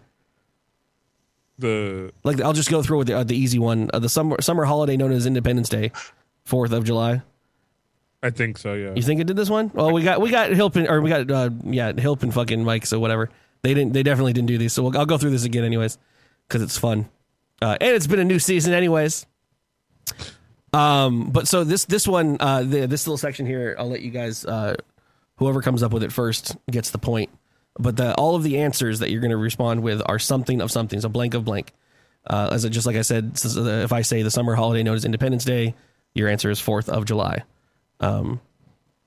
the Like I'll just go through with the, uh, the easy one. Uh, the summer summer holiday known as Independence Day, Fourth of July. I think so. Yeah. You think it did this one? Well, we got we got Hilpin or we got uh, yeah Hilpin fucking Mike. So whatever they didn't they definitely didn't do these. So we'll, I'll go through this again anyways because it's fun uh, and it's been a new season anyways. Um, but so this this one uh, the, this little section here, I'll let you guys uh, whoever comes up with it first gets the point. But the, all of the answers that you're going to respond with are something of something, so blank of blank. Uh, as it, just like I said, s- s- if I say the summer holiday known as Independence Day, your answer is Fourth of July. Um,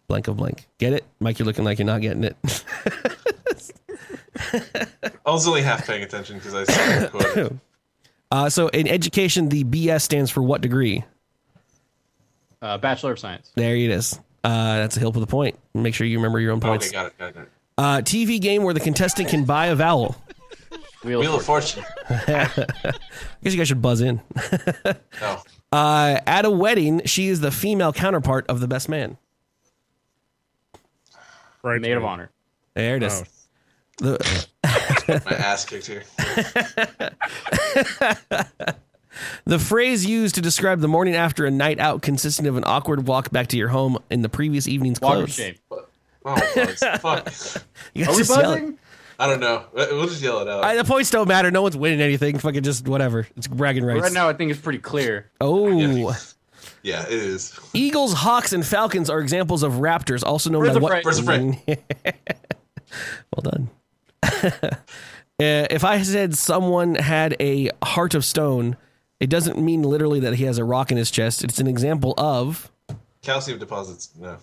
blank of blank. Get it, Mike? You're looking like you're not getting it. I was only half paying attention because I saw the quote. Uh, so in education, the BS stands for what degree? Uh, Bachelor of Science. There it is. Uh, that's a help with a point. Make sure you remember your own points. Okay, got it, got it. Got it. Uh, TV game where the contestant can buy a vowel. Wheel, Wheel of Fortune. I guess you guys should buzz in. No. Uh, at a wedding, she is the female counterpart of the best man. Right. Maid of Honor. There it is. The, My ass kicked here. the phrase used to describe the morning after a night out consisting of an awkward walk back to your home in the previous evening's Walk of clothes. Shame. Oh, bugs. fuck. You Are guys we just yell it. buzzing? I don't know. Uh, We'll just yell it out. I, the points don't matter. No one's winning anything. Fucking just whatever. It's bragging rights. Right now, I think it's pretty clear. oh, Yeah. yeah, it is. Eagles, Hawks, and Falcons are examples of raptors, also known Birds by of what? prey. Birds of prey. well done. Uh, if I said someone had a heart of stone, it doesn't mean literally that he has a rock in his chest. It's an example of. Calcium deposits. No.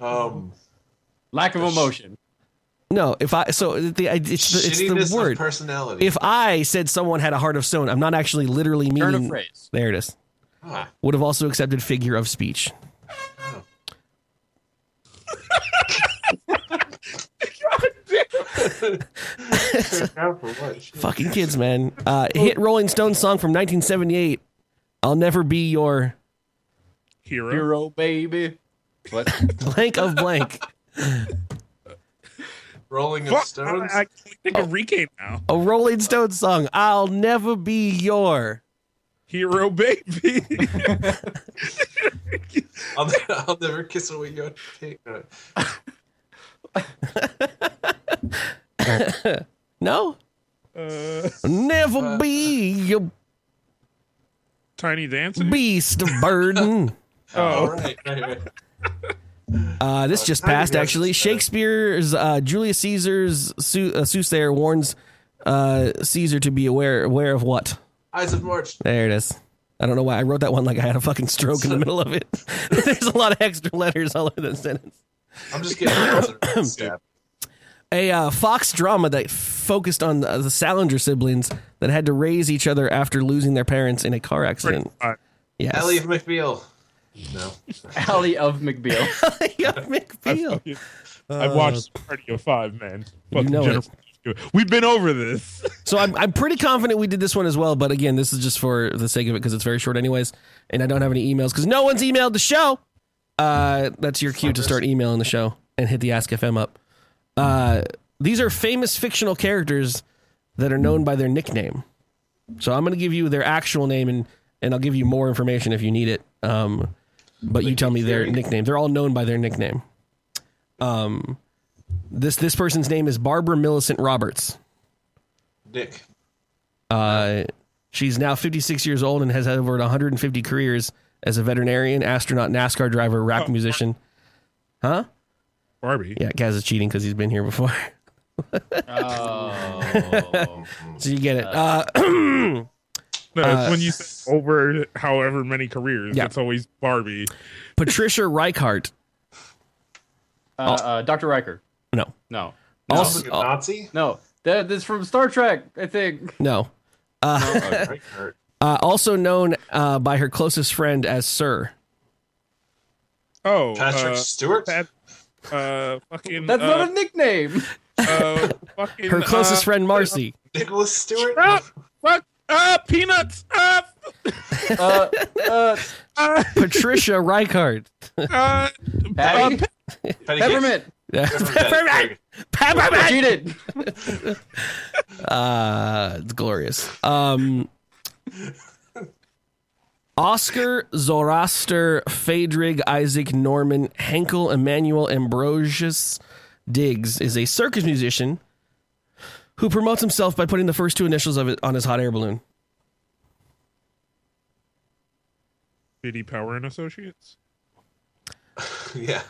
um, Lack of emotion. No, if I so the I- it's the, shittiness it's the word. of personality. If I said someone had a heart of stone, I'm not actually literally meaning. Turn of phrase. There it is. Ah, Would have also accepted figure of speech. now for what? Shit. Fucking kids, man. Uh, hit Rolling Stones song from 1978. I'll never be your Hero. Hero, baby. What? blank of blank. Rolling of Fuck, stones. I, I can't think of Rike now. A Rolling Stones song. I'll never be your. Hero baby. I'll, I'll never kiss away your cake. No, No. uh, never be your Tiny dancing. beast of burden. All right, right, right. Uh, this just how do you passed, guess actually. that? Shakespeare's uh, Julius Caesar's su- uh, soothsayer warns uh, Caesar to be aware aware of what. Eyes of March. There it is. I don't know why I wrote that one like I had a fucking stroke in the middle of it. There's a lot of extra letters all over that sentence. I'm just getting the a uh, Fox drama that focused on uh, the, the Salinger siblings that had to raise each other after losing their parents in a car accident. Uh, Yes. Ellie of McBeal. No. Alley of McBeal. Uh, Yeah, McBeal. I, I watched Cardio Five, man. Fucking know Jennifer. We've been over this. So I'm, I'm pretty confident we did this one as well, but again, this is just for the sake of it because it's very short, anyways, and I don't have any emails because no one's emailed the show. Uh, that's your cue to start emailing the show and hit the Ask FM up. Uh, these are famous fictional characters that are known by their nickname. So I'm going to give you their actual name and and I'll give you more information if you need it. Um, but you tell me their nickname. They're all known by their nickname. Um, this this person's name is Barbara Millicent Roberts. Nick. Uh, she's now 56 years old and has had over 150 careers as a veterinarian, astronaut, NASCAR driver, rap musician. Barbie. Yeah, Kaz is cheating because he's been here before. Oh. so you get it. Uh, No, it's when you say over however many careers, Yeah. it's always Barbie. Patricia Reichart. Uh, uh, Dr. Riker. No. No. Also, uh, Like a Nazi? No. That, that's from Star Trek, I think. no. Oh, right, right. Uh, also known uh, by her closest friend as Sir. Oh, Patrick uh, Stewart? Pat- uh, fucking. That's uh, not a nickname. uh, fucking, Her closest uh, friend Marcy. Nicholas Stewart? Ah, fuck. Ah, peanuts. Ah, Uh, uh, uh, Patricia Reichart. uh, Patty? Patty Cake? Peppermint. Peppermint. Peppermint. Cheated. Uh, it's glorious. Um, Oscar, Zoroaster, Phaedrig, Isaac, Norman, Henkel, Emmanuel, Ambrosius Diggs is a circus musician who promotes himself by putting the first two initials of it on his hot air balloon. Biddy Power and Associates. yeah.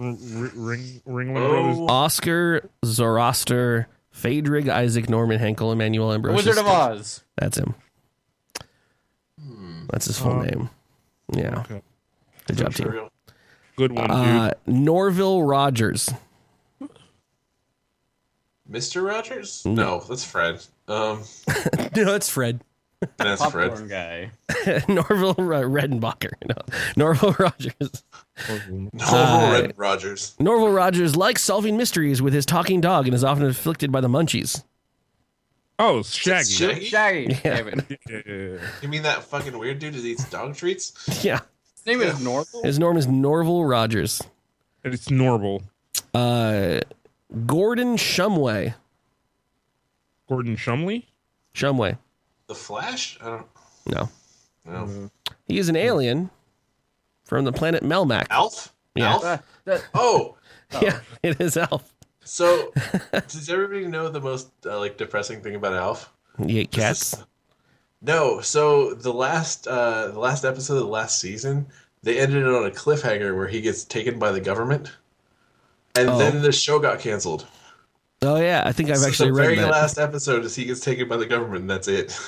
R- R- Ring Ringling Oh. Brothers. Oscar, Zoroaster, Phaedrig, Isaac, Norman, Henkel, Emmanuel, Ambrosius. Wizard of Diggs. Oz. That's him. That's his full Um, name. Yeah. okay. Good job, team. Real- Good one, Uh, Norville Rogers. Mr. Rogers? No, that's Fred. Um, No, that's Fred. that's Popcorn Fred. guy. Norville Ro- Redenbacher. No, Norville Rogers. dude. Uh, No, Red Rogers. Norville Rogers likes solving mysteries with his talking dog and is often afflicted by the munchies. Oh, Shaggy. Shaggy? Shaggy. Damn it. His Yeah, yeah, yeah. You mean that fucking weird dude that eats dog treats? Yeah. name is Norval. His norm is Norville Rogers. And It's normal. Uh, Gordon Shumway. Gordon Shumley. Shumway. The Flash? I don't No. Mm. know. He is an alien from the planet Melmac. Alf? Yeah. Uh, Alf? Oh, Yeah, it is Alf. so does everybody know the most uh, like depressing thing about Alf? He ate cats. No, so the last uh the last episode of the last season, they ended it on a cliffhanger where he gets taken by the government. And Oh. then the show got canceled. Oh, yeah. I think I've So actually the read very that. last episode is he gets taken by the government and that's it.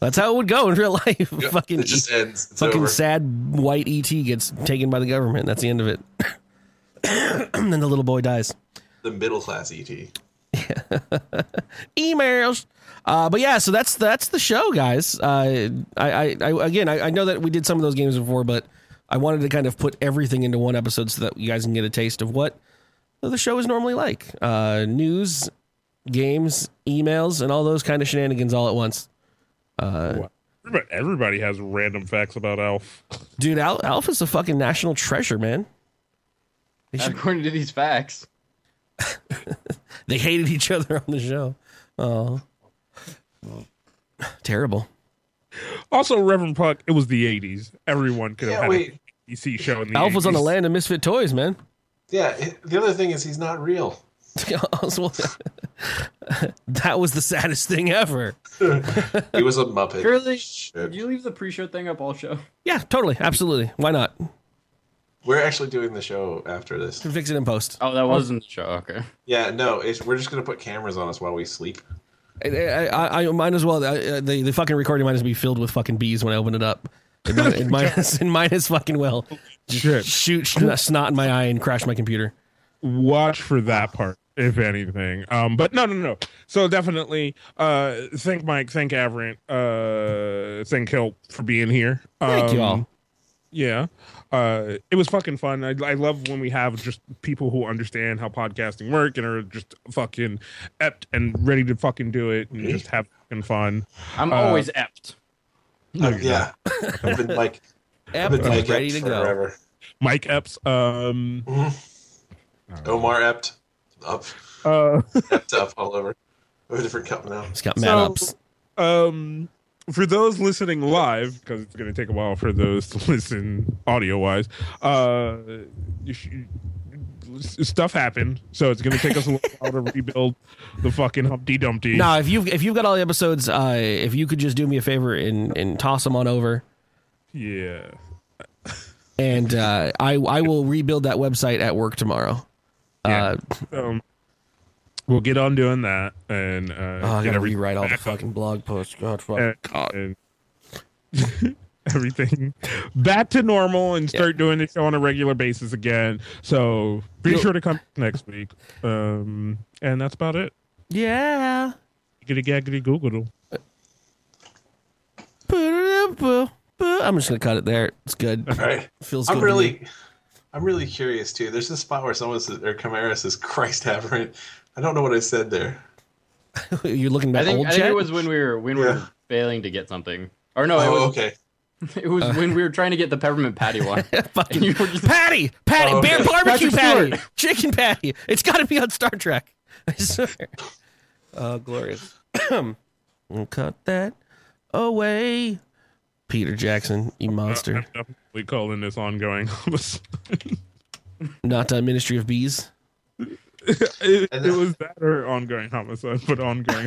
That's how it would go in real life. fucking it just ends. It's fucking over. sad white ET gets taken by the government. That's the end of it. and then the little boy dies. The middle class E ET. Emails. Uh, but yeah, so that's that's the show, guys. Uh, I, I, I again, I, I know that we did some of those games before, but I wanted to kind of put everything into one episode so that you guys can get a taste of what the show is normally like: uh, news, games, emails, and all those kind of shenanigans all at once. Uh, Everybody, everybody has random facts about Alf. Dude, Al- Alf is a fucking national treasure, man. According to these facts. They hated each other on the show. Oh, terrible. Also, Reverend Puck. It was the '80s. Everyone could have Yeah, had wait. a DC show in the Alf 80s. was on the land of misfit toys, man. Yeah, it- the other thing is he's not real. Oswald- that was the saddest thing ever. He was a Muppet. Surely, Shit. you leave the pre-show thing up all show. Yeah, totally, absolutely. Why not? We're actually doing the show after this. Can fix it in post. Uh, Oh, that wasn't the show. Okay. Yeah, no, it's, we're just gonna put cameras on us while we sleep. I, I, I, I might as well. I, I- the the fucking recording might as well be filled with fucking bees when I open it up. It might, it might, as- it might as fucking well. Just Shit. shoot sn- snot in my eye and crash my computer. watch for that part if anything um but no no no so definitely uh thank mike thank averant uh thank help for being here Thank you Um, all. yeah uh it was fucking fun I, I love when we have just people who understand how podcasting work and are just fucking ept and ready to fucking do it and just have fucking fun I'm Uh, always ept. yeah, I've been like, I've been Ept, like ready Ept to go. forever. mike epps um Omar Ept, up, uh Ept up all over. We have a different cup now. It's got mad So- ups. um for those listening live because it's going to take a while for those to listen audio wise uh you sh- stuff happened so it's going to take us a little while to rebuild the fucking humpty dumpty No, if you if you've got all the episodes, uh, if you could just do me a favor and and toss them on over. yeah and uh, I I will rebuild that website at work tomorrow. Yeah. Uh, um we'll get on doing that and uh oh, I get gotta everything rewrite all the back up fucking blog posts. God, fuck. and- and everything back to normal and start doing the show on a regular basis again so be Yo- sure to come next week um and that's about it yeah. Giggity gaggity google. I'm just gonna cut it there. It's good. All right, Feels good. I'm to really, me. I'm really curious too. There's this spot where someone says, or Chimera says, "Christ aberrant." I don't know what I said there. You're looking I back think, old I think chat? it was when we were when we Yeah. were failing to get something. Or no, it Oh, was okay. It was when we were trying to get the peppermint patty one. And you were just- Patty, Patty, Oh, bear okay. barbecue Patrick patty, Stewart. chicken patty. It's got to be on Star Trek. I swear. Oh, glorious. Cut that away, Peter Jackson, you monster. We calling this ongoing. it, Not uh, Ministry of Bees. it was that or ongoing homicide, but ongoing.